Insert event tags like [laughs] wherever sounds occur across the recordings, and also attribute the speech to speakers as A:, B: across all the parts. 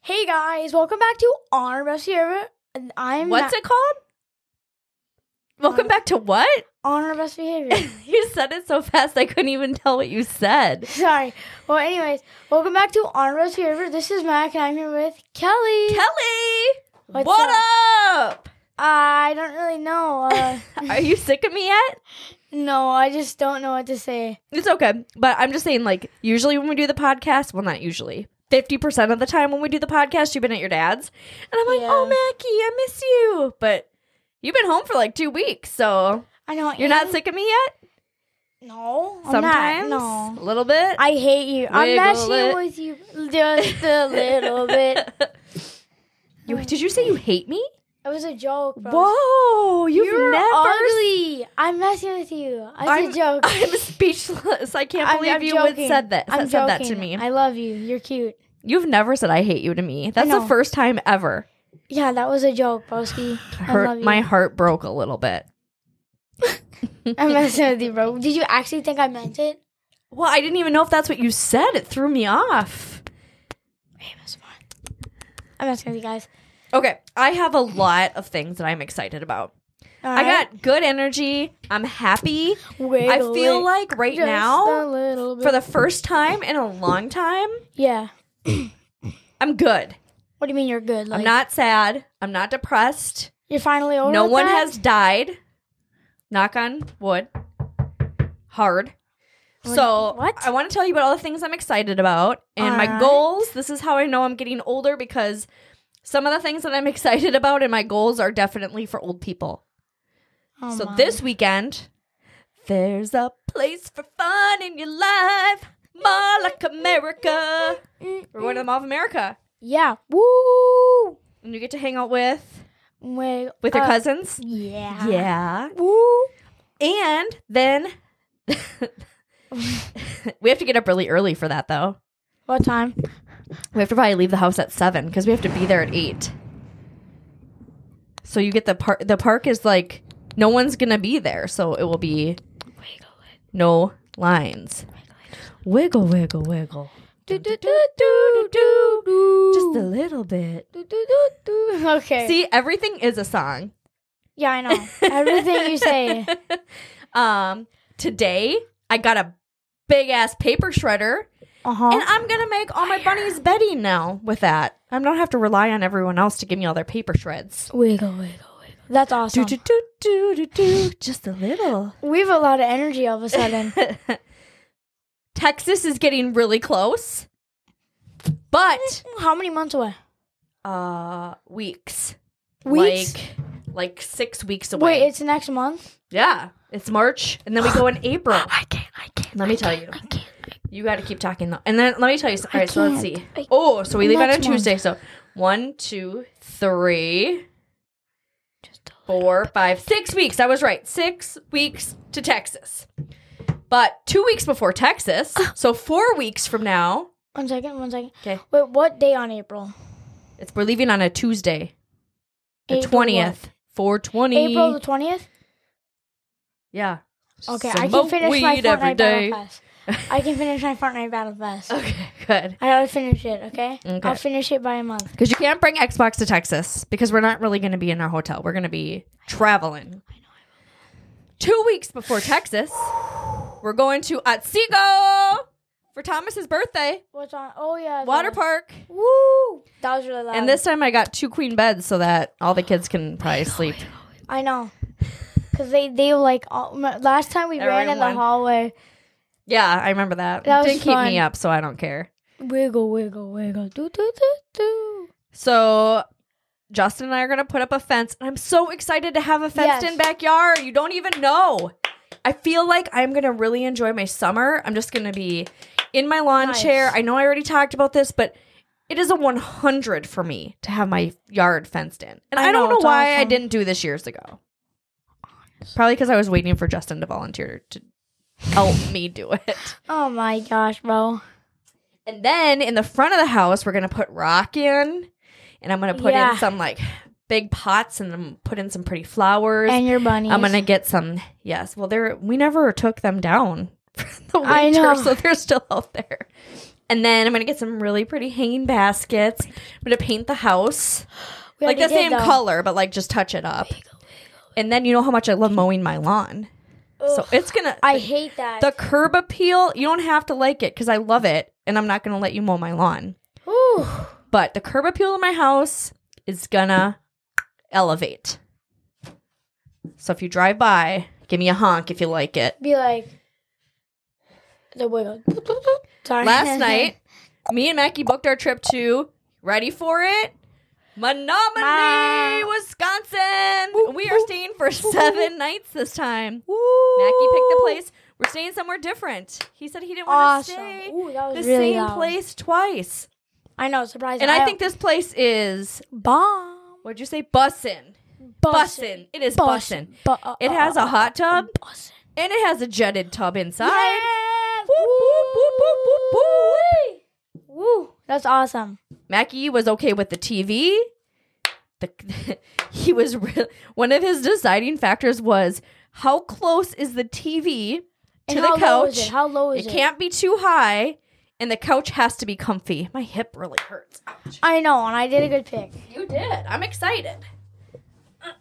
A: Hey guys, welcome back to Honor Best Behavior. And I'm
B: What's it called? Welcome
A: Um,
B: back to what? [laughs]
A: Honor Best Behavior. [laughs]
B: you said it so fast I couldn't even tell what you said.
A: Sorry. Well, anyways, welcome back to Honor Best Behavior. This is Mac, and I'm here with Kelly.
B: Kelly,
A: What's
B: what up?
A: I don't really know.
B: [laughs]
A: Uh,
B: Are you sick of me yet?
A: no, I just don't know what to say.
B: It's okay, but I'm just saying. Like usually when we do the podcast, well, not usually. Fifty percent of the time when we do the podcast, you've been at your dad's, and I'm like,
A: Yeah.
B: oh Mackie, I miss you, but you've been home for like two weeks, so
A: I know
B: you're not
A: and-
B: sick of me yet.
A: No, I'm not.
B: Sometimes,
A: no.
B: a little bit.
A: I hate you. I'm
B: Wiggle
A: messing
B: it.
A: with you just
B: [laughs]
A: a little bit.
B: You, did you say you hate me?
A: It was a joke, bro.
B: Whoa, you've
A: You're
B: never.
A: ugly. I'm messing with you. It's
B: I'm-
A: a joke.
B: [laughs] I'm speechless. I can't
A: I'm-
B: believe
A: I'm
B: you
A: joking.
B: would said that.
A: I'm
B: said that to
A: joking.
B: me.
A: I love you. You're cute.
B: You've never said I hate you to me. That's the
A: know.
B: first time ever.
A: Yeah, that was a joke, Broski. I love
B: Hurt,
A: you.
B: my heart broke a little bit.
A: [laughs] I'm messing with you, bro. Did you actually think I meant it?
B: Well, I didn't even know if that's what you said. It threw me off.
A: Hey, that's fine. I'm messing with you guys.
B: Okay, I have a lot of things that I'm excited about. I got good energy. I'm happy.
A: Wait,
B: I feel like right
A: a
B: now,
A: little bit.
B: for the first time in a long time,
A: yeah.
B: I'm good.
A: What do you mean you're good? Like,
B: I'm not sad. I'm not depressed.
A: You're finally over.
B: no
A: with
B: one
A: that?
B: has died. Knock on wood. Hard.
A: What-
B: so
A: what?
B: I want to tell you about all the things I'm excited about and my
A: Alright.
B: goals. This is how I know I'm getting older because some of the things that I'm [laughs] excited about and my goals are definitely for old people.
A: Oh,
B: so
A: my.
B: this weekend, there's a place for fun in your life. More like America.
A: Mm,
B: We're going to the Mall of America.
A: Yeah. Woo.
B: And you get to hang out with
A: Wait.
B: with your
A: uh,
B: cousins. Uh-huh.
A: Yeah.
B: Yeah.
A: Woo.
B: And then [laughs] we have to get up really early for that, though.
A: What time?
B: We have to probably leave the house at seven because we have to be there at eight. So you get the park. The park is like no one's gonna be there, so it will be no lines. Wiggle, wiggle, wiggle.
A: Do do do do do do.
B: Just a little bit.
A: do do do do. [laughs] Okay.
B: See, everything is a [laughs] song.
A: Yeah, I
B: [laughs]
A: know. Everything you say.
B: um, today I got a big ass paper shredder
A: Uh huh.
B: And I'm gonna make all my bunnies bedding now with that. I don't have to rely on everyone else to give me all their paper shreds.
A: Wiggle, wiggle, wiggle. That's awesome.
B: Do, do, do, do, do, do, [laughs] just a little. [laughs]
A: We have a lot of energy all of a sudden.
B: Texas is getting really close, but
A: [laughs] How many months away?
B: uh, weeks,
A: Weeks?
B: like like six weeks away.
A: Wait, it's next month?
B: yeah, it's March, and then we [gasps] go in April.
A: I can't, I can't.
B: Let me tell you.
A: can't.
B: You got to keep talking though. And then let me tell you. All right, so let's see.
A: can't. I-
B: Oh, so we leave out on
A: Next one.
B: Tuesday. So one, two, three,
A: Just a
B: four, five, six weeks. I was right. Six weeks to Texas. But two weeks before Texas,
A: Ah.
B: so four weeks from now,
A: One second, one second.
B: 'Kay.
A: Wait, what day on April?
B: it's we're leaving on a Tuesday, the
A: April what?
B: twentieth, four twenty.
A: April the 20th?
B: Yeah.
A: Okay,
B: Some
A: I can finish my
B: weed every
A: Fortnite Battle
B: day.
A: Pass. I can finish my Fortnite Battle Pass.
B: [laughs] Okay, good.
A: I gotta finish it, okay?
B: Okay.
A: I'll finish it by a month.
B: Because you can't bring Xbox to Texas because we're not really going to be in our hotel. We're going to be traveling. Two weeks before Texas, we're going to Otsego for Thomas's birthday
A: What's on? Oh, yeah. the-
B: water park.
A: Woo! Um, That was really loud.
B: And this time I got two queen beds so that all the kids can probably sleep.
A: I know. Because they, they like, all, my- last time we ran in the
B: Everyone.
A: hallway.
B: Yeah, I remember that.
A: That was
B: Didn't keep
A: fun.
B: me up, so I don't care.
A: Wiggle, wiggle, wiggle. Do, do, do, do.
B: So Justin and I are going to put up a fence. And I'm so excited to have a fenced in
A: Yes.
B: backyard. You don't even know. I feel like I'm going to really enjoy my summer. I'm just going to be in my lawn
A: Nice.
B: chair. I know I already talked about this, but it is a 100 for me to have my yard fenced in. And I,
A: I
B: don't
A: know,
B: know
A: it's
B: why I
A: awesome.
B: didn't do this years ago. Probably because I was waiting for Justin to volunteer to help me do it.
A: Oh my gosh, bro.
B: And then in the front of the house, we're gonna put rock in, and I'm gonna put
A: Yeah.
B: in some like big pots, and I'm put in some pretty flowers.
A: And your bunnies.
B: I'm gonna get some. Yes, well, they're we never took them down [laughs] for the winter,
A: I know.
B: so they're still out there. And then I'm gonna get some really pretty hanging baskets. I'm gonna paint the house
A: We
B: like the
A: already did
B: same
A: them.
B: color, but like just touch it up. And then you know how much I love mowing my lawn. So
A: Ugh,
B: it's gonna.
A: I hate that.
B: the curb appeal. You don't have to like it because I love it, and I'm not gonna let you mow my lawn.
A: Ooh.
B: But the curb appeal in my house is gonna elevate. So if you drive by, give me a honk if you
A: [laughs]
B: like it.
A: Be like the wiggle. Sorry. [laughs]
B: Last night, me and Mackie booked our trip to ready for it. Menominee,
A: Ma.
B: Wisconsin.
A: Whoop,
B: we are
A: whoop.
B: staying for seven nights this time.
A: Woo.
B: Mackie picked the place. We're staying somewhere different. He said he didn't want to
A: Awesome.
B: stay
A: Ooh, that
B: the
A: was really
B: same
A: loud.
B: place twice.
A: I know, surprise.
B: And I think this place is
A: bomb.
B: what'd you say? Bussin. Bussin. It is bussin.
A: Bussin. Bu- uh,
B: It has a hot tub
A: bussin.
B: and it has a jetted tub inside.
A: Yeah.
B: Whoop, whoop, whoop, whoop, whoop, whoop.
A: Woo. That's awesome.
B: Mackie was okay with the TV. The, [laughs] he was re- one of his deciding factors was how close is the TV to
A: And
B: the
A: how Low is
B: couch?
A: it? How low is
B: It
A: it?
B: can't be too high, and the couch has to be comfy. My hip really hurts. Ouch.
A: I know, and I did a good pick.
B: You did. I'm excited.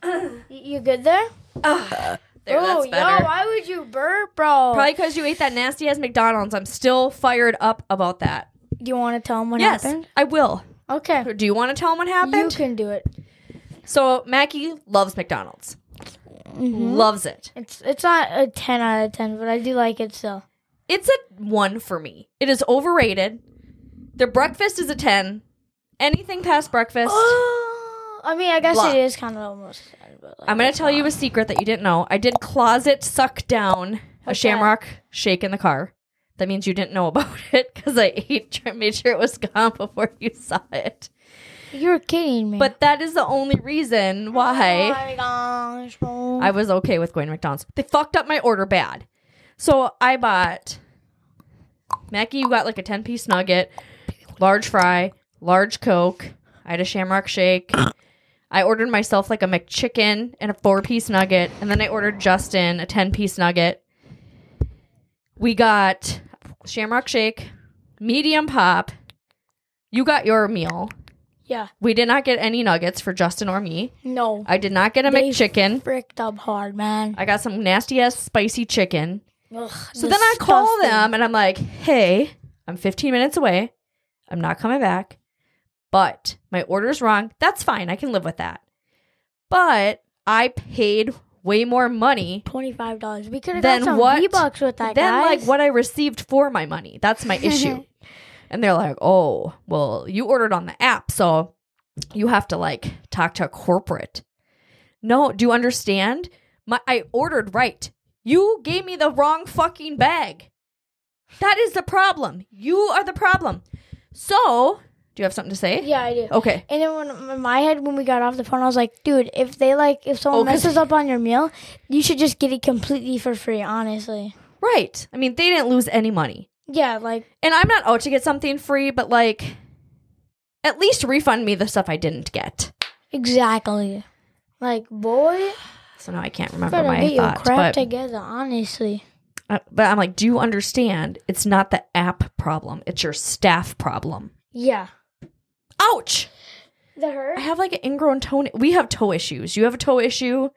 A: Y- You good there?
B: Ugh. Ah, there,
A: oh,
B: that's better.
A: yo, why would you burp, bro?
B: Probably because you ate that nasty ass McDonald's. I'm still fired up about that.
A: Do you want to tell him what
B: yes,
A: happened?
B: I will.
A: Okay.
B: Do you want to tell them what happened?
A: You can do it.
B: So Mackie loves McDonald's. Loves it.
A: It's it's not a ten out of ten, but I do like it [gasps] still.
B: It's a one for me. It is overrated. Their breakfast is a ten. Anything past breakfast,
A: Oh I mean, I guess
B: Blah.
A: it is kind of almost. But like,
B: I'm gonna tell you a secret that you didn't know. I did closet suck down a
A: What's
B: Shamrock shake in the car. That means you didn't know about [laughs] it because I ate, [laughs] made sure it was gone [laughs] before you saw it.
A: You're kidding me.
B: But that is the only reason
A: oh
B: why
A: my gosh, bro.
B: I was okay with going to McDonald's. They fucked up my order bad. So I bought Mackie, you got like a 10 piece nugget, large fry, large Coke. I had a shamrock shake. I ordered myself like a McChicken and a four piece nugget. And then I ordered Justin a 10 piece nugget. We got shamrock shake, medium pop. You got your meal.
A: yeah,
B: We did not get any nuggets for Justin or me.
A: no,
B: I did not get a
A: They
B: McChicken.
A: fricked up hard, man.
B: I got some nasty ass spicy chicken.
A: Ugh,
B: So then I call them and I'm like, hey, I'm 15 minutes away. I'm not coming back, but my order's wrong. That's fine. I can live with that. But I paid way more money
A: twenty five dollars. We could have
B: Then
A: got some
B: what-
A: V bucks with that.
B: than
A: guys.
B: like what I received for my money. That's my issue. and they're like, oh, well, you ordered on the app. So you have to like talk to corporate. No, do you understand? My, I ordered right. You gave me the wrong fucking bag. That is the problem. You are the problem. So, do you have something to say?
A: Yeah, I do.
B: Okay.
A: And then when in my head, when we got off the phone, I was like, "Dude, if they like, if someone
B: Oh, 'cause-
A: messes up on your meal, you should just get it completely for free." Honestly,
B: Right. I mean, they didn't lose any money.
A: yeah, like
B: And I'm not out to get something free, but like, at least refund me the stuff I didn't get.
A: exactly, like boy,
B: So now I can't remember
A: better
B: my
A: get your
B: thought.
A: crap
B: but-
A: together. Honestly,
B: Uh, but I'm like, do you understand? It's not the app problem. It's your staff problem.
A: yeah,
B: Ouch!
A: the
B: I
A: hurt.
B: have like an ingrown toenail. We have toe issues. You have a toe issue.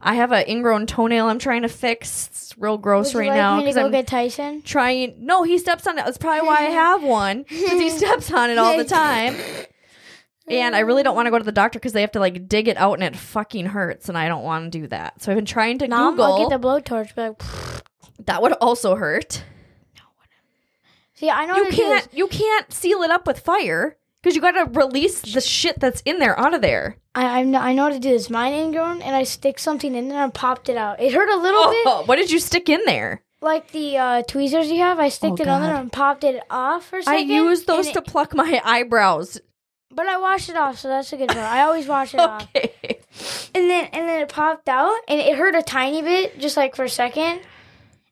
B: I have an ingrown toenail I'm trying to fix. It's real gross
A: Would you
B: right
A: like
B: now
A: me to
B: because
A: go
B: I'm
A: get Tyson?
B: trying. No, he steps on it. That's probably
A: [laughs]
B: why I have one because he steps on it all the time. And I really don't want to go to the doctor because they have to like dig it out and it fucking hurts, and I don't want to do that. So I've been trying to
A: Now
B: Google.
A: I'll get the blowtorch. But like,
B: that would also hurt.
A: see, I know
B: you
A: what it
B: can't
A: is.
B: you can't seal it up with fire because you gotta release the shit that's in there out of there.
A: I I'm, I know how to do this. Mine ingrown, and I stick something in there and popped it out. It hurt a little bit.
B: Oh, what did you stick in there?
A: like the uh, tweezers you have. I sticked
B: Oh,
A: it on there
B: God.
A: and popped it off for a
B: I
A: second.
B: used those
A: and
B: to
A: it-
B: pluck my eyebrows.
A: but I washed it off, so that's a good one. I always
B: [laughs]
A: wash it off.
B: Okay.
A: And then and then it popped out, and it hurt a tiny bit, just like for a second.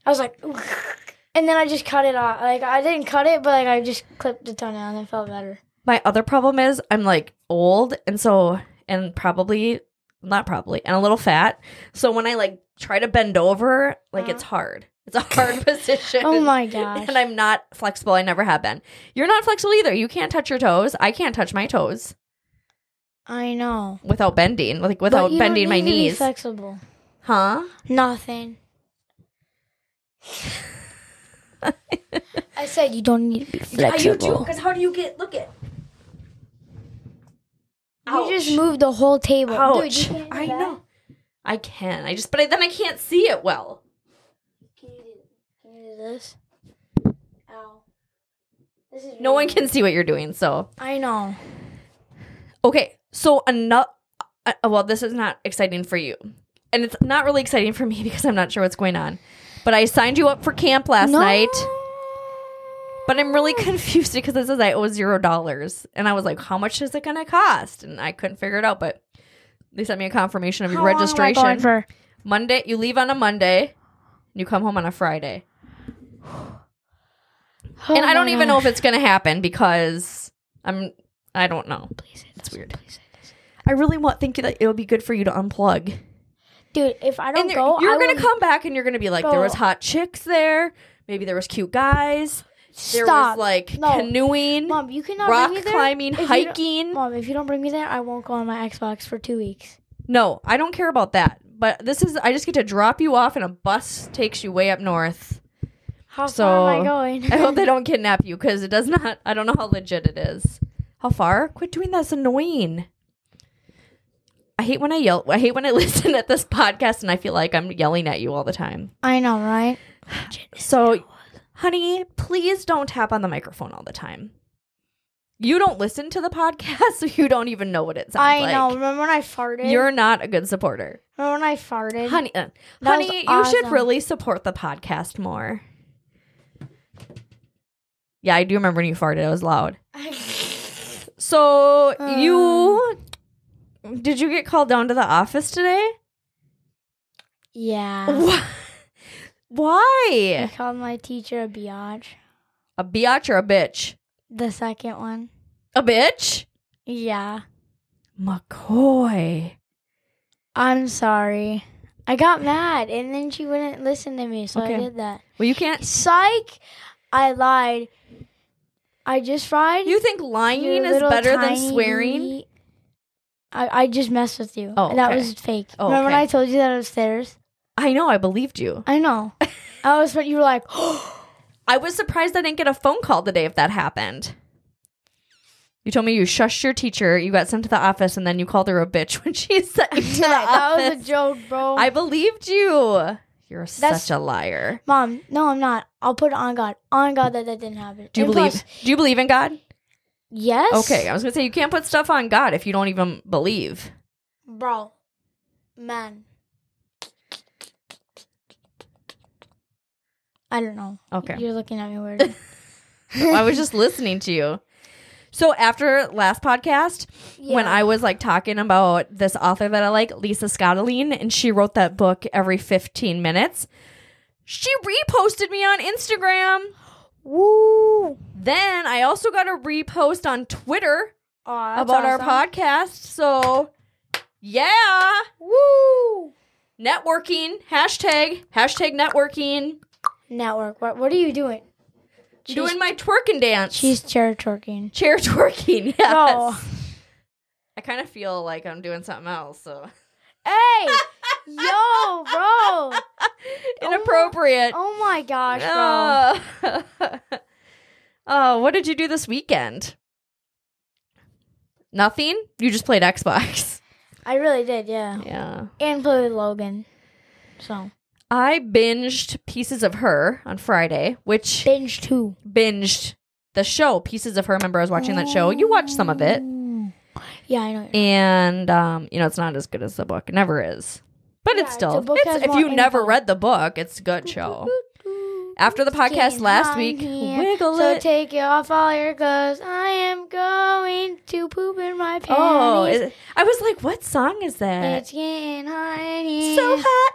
A: I was like, [laughs] "Ugh." and then I just cut it off. Like I didn't cut it, but like I just clipped the toenail, and it felt
B: [laughs]
A: better.
B: My other problem is I'm like old and so and probably not probably and a little fat. So when I like try to bend over, like it's hard. It's a hard [laughs] position.
A: Uh-huh. Oh my gosh.
B: And I'm not flexible. I never have been. You're not flexible either. You can't touch your toes. I can't touch my toes
A: I know.
B: without bending, like
A: But
B: without
A: you don't
B: bending
A: need
B: my
A: to be
B: knees.
A: flexible.
B: huh? [laughs]
A: Nothing. I said you don't need to be flexible.
B: Because how do you get? Look at.
A: You just moved the whole table. Dude, you
B: Ouch.
A: can't do
B: I
A: that.
B: know. I can. I just, but I, then I can't see it well.
A: Can you do, can you do this? Ow. This is
B: No one
A: really-
B: can see what you're doing. So
A: I know.
B: okay. So another. Uh, well, this is not exciting for you, and it's not really exciting for me [laughs] because I'm not sure what's going on. But I signed you up for camp last night. But I'm really [laughs] confused because it says I owe zero dollars. And I was like, how much is it going to cost? And I couldn't figure it out. But they sent me a confirmation of your registration.
A: for?
B: Monday, you leave on a Monday and you come home on a Friday. and I don't even know if it's going to happen because I'm, I don't know. It's weird. I really want think that it'll be good for you to unplug.
A: Dude, if I don't
B: And there-
A: go,
B: you're
A: I
B: gonna
A: will
B: come back and you're gonna be like, there was
A: go.
B: hot chicks there, maybe there was cute guys, there
A: stop.
B: was like
A: No.
B: canoeing.
A: Mom, you cannot
B: rock
A: bring me there.
B: climbing,
A: if you don't-
B: hiking.
A: Mom, if you don't bring me there, I won't go on my Xbox for two weeks.
B: No, I don't care about that. But this is I just get to drop you off and a bus takes you way up north.
A: How
B: So-
A: far am I going?
B: I hope they don't kidnap you because it does not I don't know how legit it is. How far? Quit doing that's annoying. I hate when I yell I hate when I [laughs] listen at this podcast and I feel like I'm yelling at you all the time.
A: [laughs] I know,
B: [laughs]
A: right?
B: So honey, please don't tap on the microphone all the time. You don't listen to the podcast, [laughs] so you don't even know what it sounds
A: I
B: like.
A: know. Remember when I farted?
B: You're not a good supporter.
A: Remember when I farted?
B: honey, uh,
A: That was
B: honey, you should
A: awesome.
B: really support the podcast more. Yeah, I do remember when you farted. It was loud. So you
A: Um.
B: did you get called down to the office today?
A: [laughs] yeah.
B: Wh-
A: I
B: Why?
A: called my teacher a biatch.
B: A biatch or a bitch?
A: The second one.
B: A bitch?
A: Yeah.
B: McCoy.
A: I'm sorry. I got mad, and then she wouldn't listen to me, so
B: Okay.
A: I did that.
B: Well, you can't.
A: Psych! I lied. I just fried.
B: You think lying
A: your
B: is
A: little
B: better than
A: tiny-
B: swearing?
A: I, I just messed with you.
B: Oh,
A: that
B: okay.
A: was fake.
B: Oh,
A: Remember when
B: okay.
A: I told you that upstairs?
B: I know. I believed you.
A: I
B: [laughs]
A: know. I was, but you were like, [gasps]
B: I was surprised I didn't get a phone call today if that happened. You told me you shushed your teacher, you got sent to the office, and then you called her a bitch [laughs] when she sent you to
A: [laughs]
B: the
A: that
B: office.
A: was a joke, bro.
B: I believed you. You're
A: That's-
B: such a liar.
A: Mom, no, I'm not. I'll put it on God. On God that that didn't happen.
B: Do you
A: And
B: believe?
A: plus,
B: do you believe in God?
A: yes.
B: Okay, I was gonna say you can't put stuff on God if you don't even believe.
A: Bro, man. I don't know.
B: Okay,
A: You're looking at me
B: [laughs]
A: weird.
B: I was just listening to you. So after last podcast, when
A: Yeah.
B: I was like talking about this author that I like, Lisa Scottaline, and she wrote that book every 15 minutes. She reposted me on Instagram.
A: Woo.
B: Then I also got a repost on Twitter
A: Aw, that's
B: about
A: awesome.
B: our podcast. So, yeah.
A: Woo.
B: Networking. Hashtag. Hashtag networking.
A: Network. What What are you doing?
B: Doing my twerking dance.
A: She's chair twerking.
B: Chair twerking. [laughs] Yes.
A: No.
B: I kind of feel like I'm doing something else. So,
A: Hey, [laughs]
B: [laughs]
A: yo, bro.
B: inappropriate.
A: Oh my gosh, bro.
B: Oh. [laughs] oh, what did you do this weekend? Nothing? You just played Xbox. [laughs]
A: I really did, yeah.
B: Yeah.
A: And play with Logan. So
B: I binged Pieces of Her on Friday, which
A: binge two.
B: binged the show Pieces of Her. Remember, I was watching that show. You watched some of it.
A: Mm. Yeah, I know.
B: And, um, you know, it's not as good as the book. It never is. But
A: Yeah,
B: it's still,
A: the book
B: it's-
A: has
B: if
A: more
B: you never
A: info.
B: read the book, it's a good show.
A: [laughs]
B: After the podcast
A: Skin
B: last
A: on
B: week,
A: here.
B: wiggle
A: so
B: it.
A: take off all your clothes. I am going to poop in my pants.
B: Oh, is- I was like, what song is that?
A: it's getting hot in here.
B: so hot.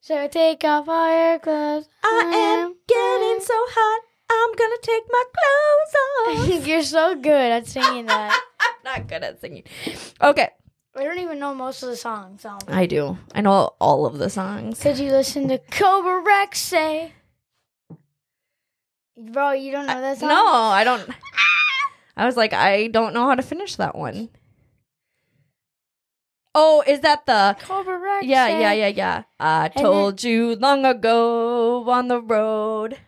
A: So take off all your clothes.
B: I am getting so hot. I'm gonna take my
A: [laughs]
B: clothes off.
A: You're so good at singing that.
B: [laughs] I'm not good at singing. Okay,
A: I don't even know most of the songs. So.
B: I do. I know all of the songs.
A: Could you listen to Cobra Rex say? Bro, you don't know that song?
B: No, I don't.
A: Ah!
B: I was like, I don't know how to finish that one. Oh, is that the?
A: Cobra Rex.
B: Yeah, yeah, yeah, yeah. I
A: then-
B: told you long ago on the road.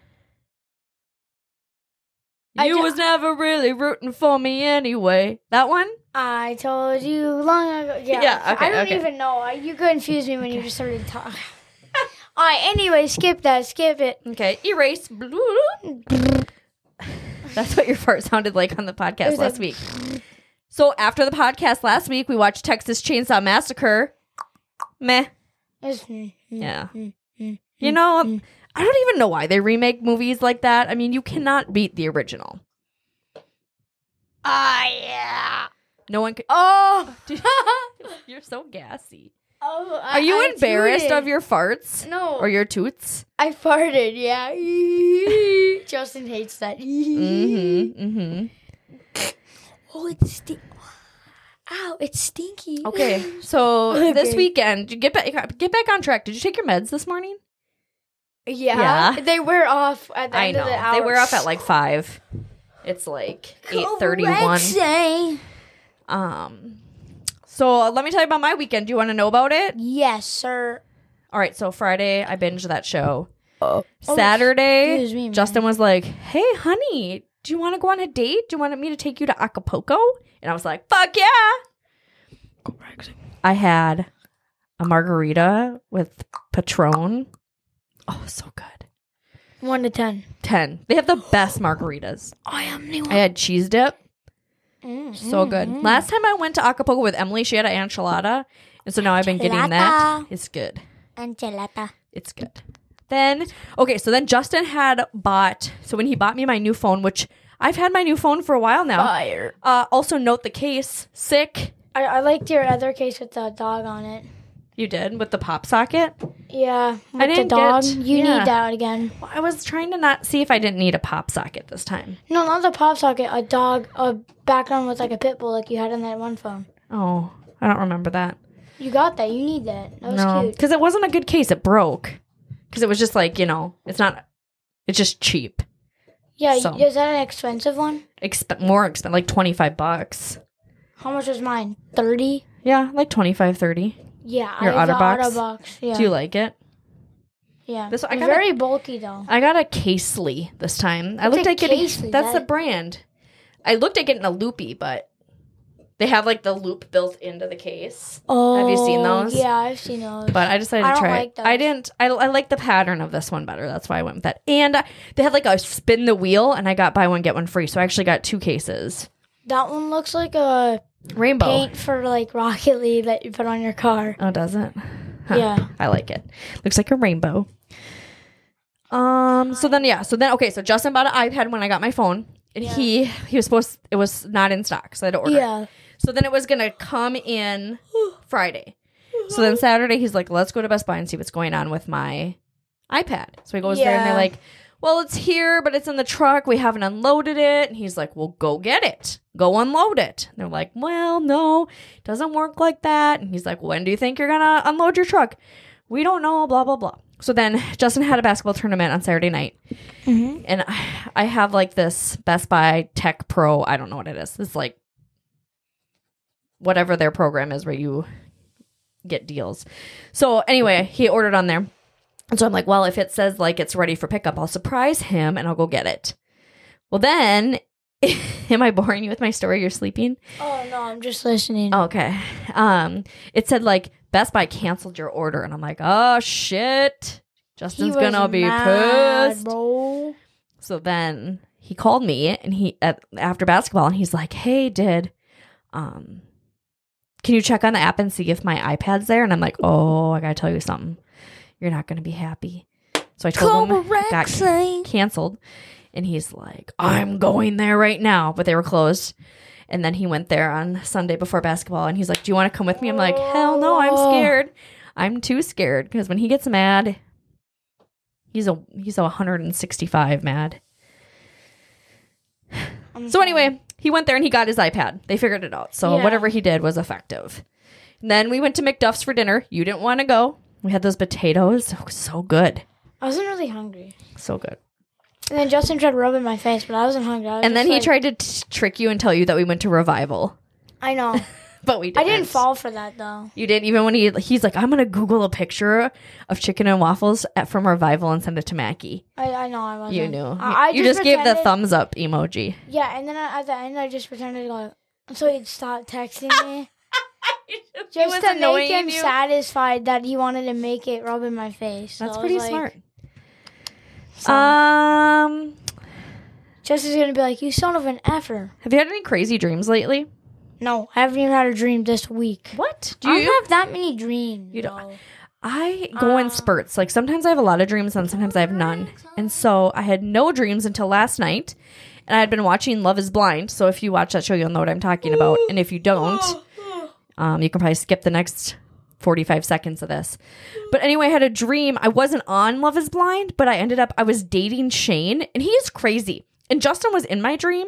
A: I
B: You
A: don't-
B: was never really rooting for me anyway. That one?
A: I told you long ago. Yeah.
B: Yeah, okay,
A: I don't
B: okay.
A: even know. I- You confused me when you just started talking. [laughs] All right. Anyway, skip that. Skip it.
B: Okay,
A: [laughs]
B: erase. That's what your fart sounded like on the
A: It
B: podcast
A: was
B: last
A: a-
B: week. So after the podcast last week, we watched Texas Chainsaw Massacre. Meh.
A: It's- mm, mm,
B: Yeah.
A: mm, mm.
B: You know, I don't even know why they remake movies like that. I mean, you cannot beat the original.
A: Ah, yeah.
B: No one can. Oh, [laughs] dude, you're so gassy.
A: Oh, I-
B: Are you
A: I
B: embarrassed
A: tooted.
B: of your farts
A: No.
B: or your toots?
A: I farted. Yeah. [laughs] Justin hates that.
B: Mm-hmm. Mm-hmm.
A: [laughs] Oh, it's stinky. Ow, it's stinky.
B: Okay, so this
A: Okay.
B: weekend, you get back get back on track. Did you take your meds this morning?
A: [laughs] Yeah.
B: Yeah.
A: They wear off at the end of the hour.
B: They were up at like five. It's like eight
A: Oh,
B: thirty-one.
A: Correction.
B: Um, so uh, let me tell you about my weekend. Do you want to know about it?
A: Yes, sir.
B: All right. So Friday, I binged that show.
A: Oh.
B: Saturday,
A: excuse me,
B: Justin was like, "Hey, honey, do you want to go on a date? Do you want me to take you to Acapulco?" And I was like, "Fuck yeah!" I had a margarita with Patron. Oh, so good.
A: One to ten.
B: Ten. They have the best margaritas.
A: I am new.
B: I had cheese dip.
A: Mm,
B: So
A: mm,
B: good.
A: mm.
B: Last time I went to Acapulco with Emily, she had an enchilada. And so now I've been getting that.
A: Enchilada.
B: It's good.
A: Angelata.
B: It's good. Then, okay, so then Justin had bought, so when he bought me my new phone, which I've had my new phone for a while now.
A: Fire.
B: Uh, also, note the case. Sick.
A: I, I liked your other case with the dog on it.
B: You did with the pop socket.
A: Yeah. With
B: didn't
A: the dog.
B: get-
A: you
B: yeah.
A: need that again.
B: Well, I was trying to not see if I didn't need a pop socket this time.
A: No, not the pop socket. A dog, a background with like a pit bull, like you had on that one phone.
B: Oh, I don't remember that.
A: You got that. You need that. That was
B: No,
A: cute.
B: because it wasn't a good case. It broke. Because it was just like, you know, it's not, it's just cheap.
A: Yeah. y-
B: So-
A: Is that an expensive one?
B: exp- more expensive, like 25 bucks.
A: How much was mine? Thirty.
B: Yeah, like 25, 30.
A: Yeah.
B: Your
A: I have the
B: OtterBox?
A: OtterBox. Yeah.
B: Do you like it?
A: yeah.
B: This one- I
A: It's
B: got a-
A: very bulky though.
B: I got a Casely this time. I looked
A: a
B: at getting
A: Casely?
B: that's the
A: That-
B: brand. I looked at getting a loopy, but they have like the loop built into the case.
A: Oh.
B: Have you seen those?
A: Yeah, I've seen those.
B: But I decided
A: I
B: to
A: don't
B: try.
A: like
B: it. I
A: those.
B: didn't. I, I like the pattern of this one better. That's why I went with that. And uh, they had like a spin the wheel, and I got buy one get one free. So I actually got two cases.
A: that one looks like a
B: Rainbow.
A: paint for like Rocket League that you put on your car.
B: Oh, does it?
A: Yeah.
B: I like it. Looks like a rainbow. Um. So then, yeah. So then, okay. So Justin bought an iPad when I got my phone, and he he was supposed it was not in stock, so I had to order. it.
A: Yeah.
B: So then it was gonna come in Friday. So then Saturday, he's like, "Let's go to Best Buy and see what's going on with my iPad." So he goes there, and they're
A: Yeah.
B: like, "Well, it's here, but it's in the truck. We haven't unloaded it." And he's like, "Well, go get it. Go unload it." And they're like, "Well, no, it doesn't work like that." And he's like, "When do you think you're gonna unload your truck?" We don't know. Blah blah blah. So then Justin had a basketball tournament on Saturday night
A: Mm-hmm.
B: and I- I have like this Best Buy Tech Pro. I don't know what it is. It's like whatever their program is where you get deals. So anyway, he ordered on there. And so I'm like, well, if it says like it's ready for pickup, I'll surprise him and I'll go get it. Well, then, [laughs] am I boring you with my story? You're sleeping?
A: Oh no, I'm just listening.
B: Okay. Um, it said like Best Buy canceled your order, and I'm like, oh shit, Justin's
A: was
B: gonna be
A: mad,
B: pissed.
A: Bro.
B: So then he called me and he at, after basketball and he's like, "Hey, did um can you check on the app and see if my iPad's there?" And I'm like, "Oh, I got to tell you something. You're not going to be happy." So I told him it got
A: Correction.
B: canceled and he's like, "I'm going there right now," but they were closed. And then he went there on Sunday before basketball and he's like, "Do you want to come with me?" I'm like, "Hell no, I'm
A: Oh.
B: scared. I'm too scared because when he gets mad, he's a he's a 165 mad."
A: I'm
B: So anyway, he went there and he got his iPad. They figured it out. So
A: Yeah.
B: whatever he did was effective. And then we went to McDuff's for dinner. You didn't want to go. We had those potatoes. Oh, so good.
A: I wasn't really hungry.
B: So good.
A: And then Justin tried rubbing my face, but I wasn't hungry. I was
B: And then
A: just
B: he
A: like-
B: tried to t- trick you and tell you that we went to revival,
A: I
B: [laughs]
A: know.
B: but we didn't.
A: I didn't fall for that though.
B: You didn't even when he he's like, I'm gonna Google a picture of chicken and waffles at, from Revival and send it to Mackie.
A: I, I know I wasn't.
B: You knew.
A: I, I
B: you just gave the
A: pretended-
B: thumbs up
A: [laughs]
B: emoji.
A: Yeah, and then I, at the end, I just pretended to go. So he'd stop texting
B: Ah!
A: me. Just to make him satisfied that he wanted to make it rub in my face. So
B: That's
A: I was
B: pretty
A: like-
B: smart.
A: So
B: Um,
A: Justin's gonna be like, "You son of an effer."
B: have you had any crazy dreams lately?
A: No, I haven't even had a dream this week.
B: What do
A: I don't
B: you?
A: have that many dreams.
B: You
A: You
B: don't-
A: know.
B: I go in
A: Uh.
B: spurts. Like sometimes I have a lot of dreams, and sometimes I have none. And so I had no dreams until last night, and I had been watching Love Is Blind. So if you watch that show, you'll know what I'm talking about. And if you don't, Um, you can probably skip the next 45 seconds of this. But anyway, I had a dream. I wasn't on Love is Blind, but I ended up, I was dating Shane, and he is crazy. And Justin was in my dream,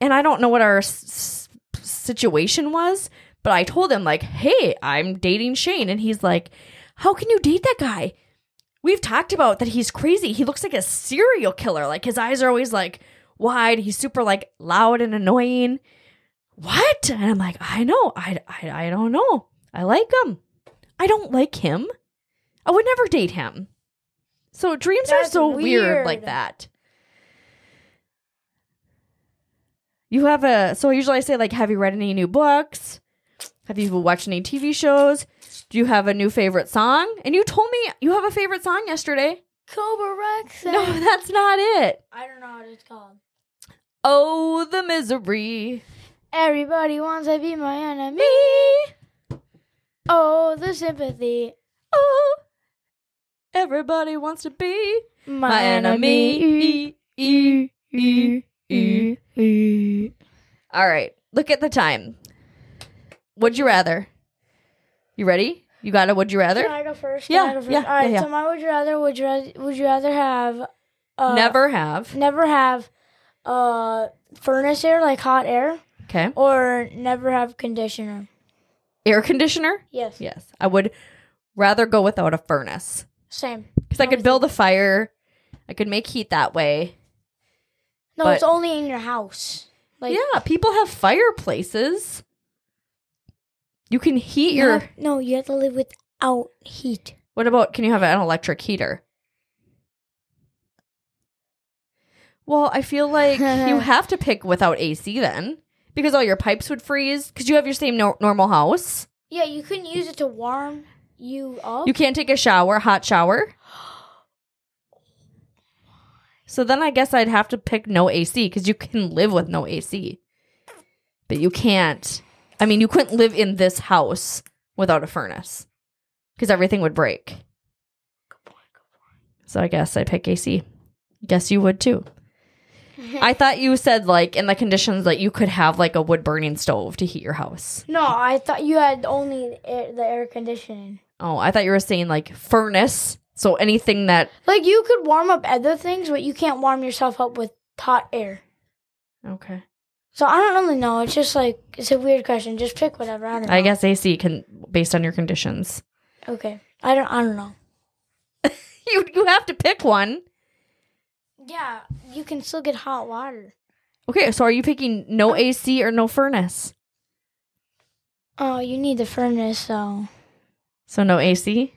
B: and I don't know what our s- s- situation was, but I told him, like, hey, I'm dating Shane. And he's like, how can you date that guy? We've talked about that he's crazy. He looks like a serial killer. Like, his eyes are always like wide. He's super, like, loud and annoying what? And I'm like, I know. I, I, I don't know. I like him. I don't like him. I would never date him. So dreams are
A: That's
B: so weird. like
A: weird.
B: that. You have a so usually I say like, have you read any new books? Have you watched any TV shows? Do you have a new favorite song? And you told me you have a favorite song yesterday.
A: Cobra Rex.
B: No, [laughs] that's not it.
A: [laughs] I don't know what it's called.
B: Oh, the misery.
A: Everybody wants to be my enemy.
B: Me.
A: Oh, the sympathy.
B: Oh, everybody wants to be
A: My,
B: my enemy. E, e, e, e. All right, look at the time. Would you rather? You ready? You got a would you
A: Can
B: rather?
A: I go first?
B: Yeah,
A: Can I go first?
B: yeah,
A: All right.
B: yeah, yeah.
A: So my would you rather would you rather would you rather have uh,
B: Never have.
A: never have uh furnace air like hot air
B: Okay.
A: or never have conditioner.
B: Air conditioner?
A: Yes.
B: Yes. I would rather go without a furnace
A: Same.
B: because I could build a fire. I could make heat that way.
A: No,
B: But-
A: it's only in your house. Like
B: yeah, people have fireplaces. You can heat
A: you
B: your.
A: have- no, you have to live without heat.
B: What about can you have an electric heater? Well, I feel like you have to pick without AC then because all your pipes would freeze because you have your same no- normal house.
A: Yeah, you couldn't use it to warm you up.
B: You can't take a shower, hot shower. So then I guess I'd have to pick no AC because you can live with no AC. But you can't. I mean, you couldn't live in this house without a furnace because everything would break. So I guess I'd pick AC. Guess you would too. I thought you said, like, in the conditions that you could have, like, a wood burning stove to heat your house.
A: no, I thought you had only the air, the air conditioning.
B: Oh, I thought you were saying, like, furnace. So anything that
A: Like you could warm up other things, but you can't warm yourself up with hot air.
B: Okay.
A: So I don't really know. It's just like it's a weird question. Just pick whatever. I don't know.
B: I guess AC can based on your conditions. [laughs]
A: Okay. I don't. I don't know.
B: You you have to pick one.
A: Yeah, you can still get hot water.
B: Okay, so are you picking no AC or no furnace?
A: Oh, you need the furnace, so
B: So no AC?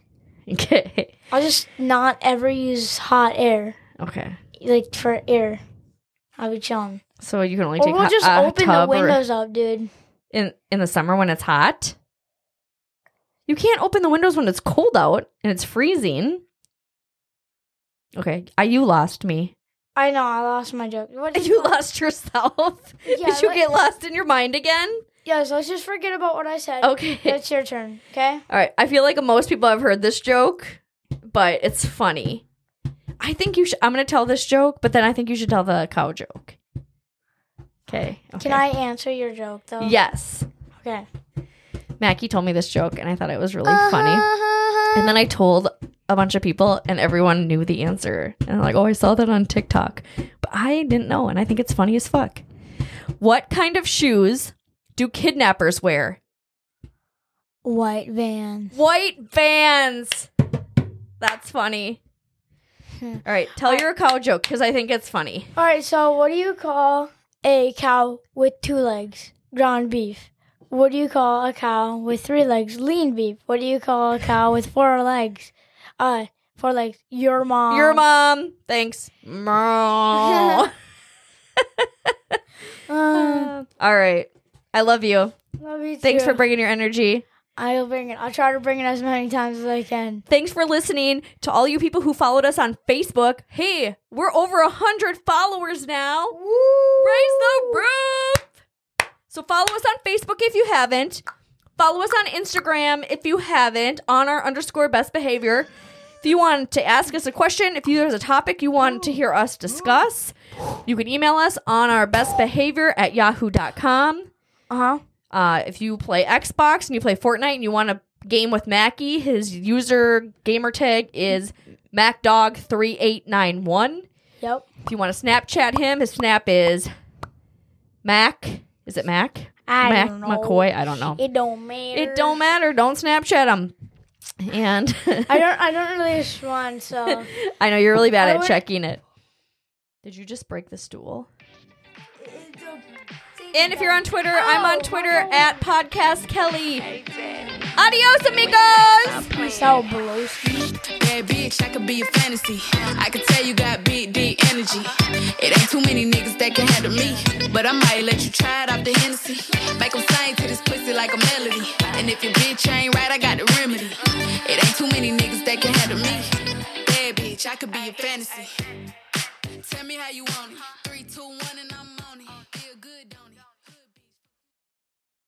B: [laughs] Okay.
A: I'll just not ever use hot air,
B: Okay.
A: like for air. I'll be chilling.
B: So you can only
A: Or
B: take
A: we'll
B: hot-
A: just
B: a
A: open the
B: tub or-
A: windows up, dude.
B: in in the summer when it's hot. You can't open the windows when it's cold out and it's freezing. Okay, I, you lost me. [laughs]
A: I know. I lost my joke. What did
B: You lost yourself.
A: Yeah,
B: [laughs] Did you
A: like-
B: get lost in your mind again?
A: Yeah. So let's just forget about what I said.
B: Okay.
A: It's your turn. Okay.
B: All right. I feel like most people have heard this joke, but it's funny. I think you should. I'm going to tell this joke, but then I think you should tell the cow joke. Okay.
A: Can I uh, answer your joke though?
B: Yes.
A: Okay. Uh-huh,
B: Mackie told me this joke, and I thought it was really funny. And then I told a bunch of people, and everyone knew the answer. And they're like, oh, I saw that on TikTok. But I didn't know, and I think it's funny as fuck. What kind of shoes do kidnappers wear?
A: White van.
B: White vans. That's funny. All right, tell your cow joke because I think it's funny.
A: All right, so what do you call a cow with two legs? Ground beef. What do you call a cow with three legs? Lean beef. What do you call a cow with four legs? Uh, four legs. Your mom.
B: Your mom, thanks, mom.
A: Uh,
B: All right, I love you.
A: love you
B: Thanks
A: too.
B: for bringing your energy.
A: I'll bring it. I'll try to bring it as many times as I can.
B: Thanks for listening to all you people who followed us on Facebook. Hey, we're over a hundred followers now. Raise the roof! So follow us on Facebook if you haven't. Follow us on Instagram if you haven't. On our underscore best behavior. If you want to ask us a question, if you, there's a topic you want to hear us discuss, you can email us on our best behavior at yahoo.com.
A: Uh huh.
B: Uh, if you play Xbox and you play Fortnite and you want to game with Mackie, his user gamer tag is MacDog3891.
A: Yep.
B: If you want to Snapchat him, his snap is Mac. Is it Mac?
A: I
B: Mac
A: don't know.
B: McCoy? I don't know. It,
A: It don't matter.
B: don't matter. Don't Snapchat him. And
A: I don't. I don't really respond. [laughs] So
B: I know you're really bad
A: I
B: at
A: would-
B: checking it. Did you just break the stool? And if you're on Twitter, I'm on Twitter at Podcast Kelly. Adios, amigos!
A: peace out, Beloski.
C: Yeah, bitch, I could be a fantasy. I could tell you got big D energy. It ain't too many niggas that can handle me. But I might let you try it off the Hennessy. Make them sing to this pussy like a melody. And if your bitch ain't right, I got the remedy. It ain't too many niggas that can handle me. Yeah, bitch, I could be a fantasy. Tell me how you want it. Three, two, one, and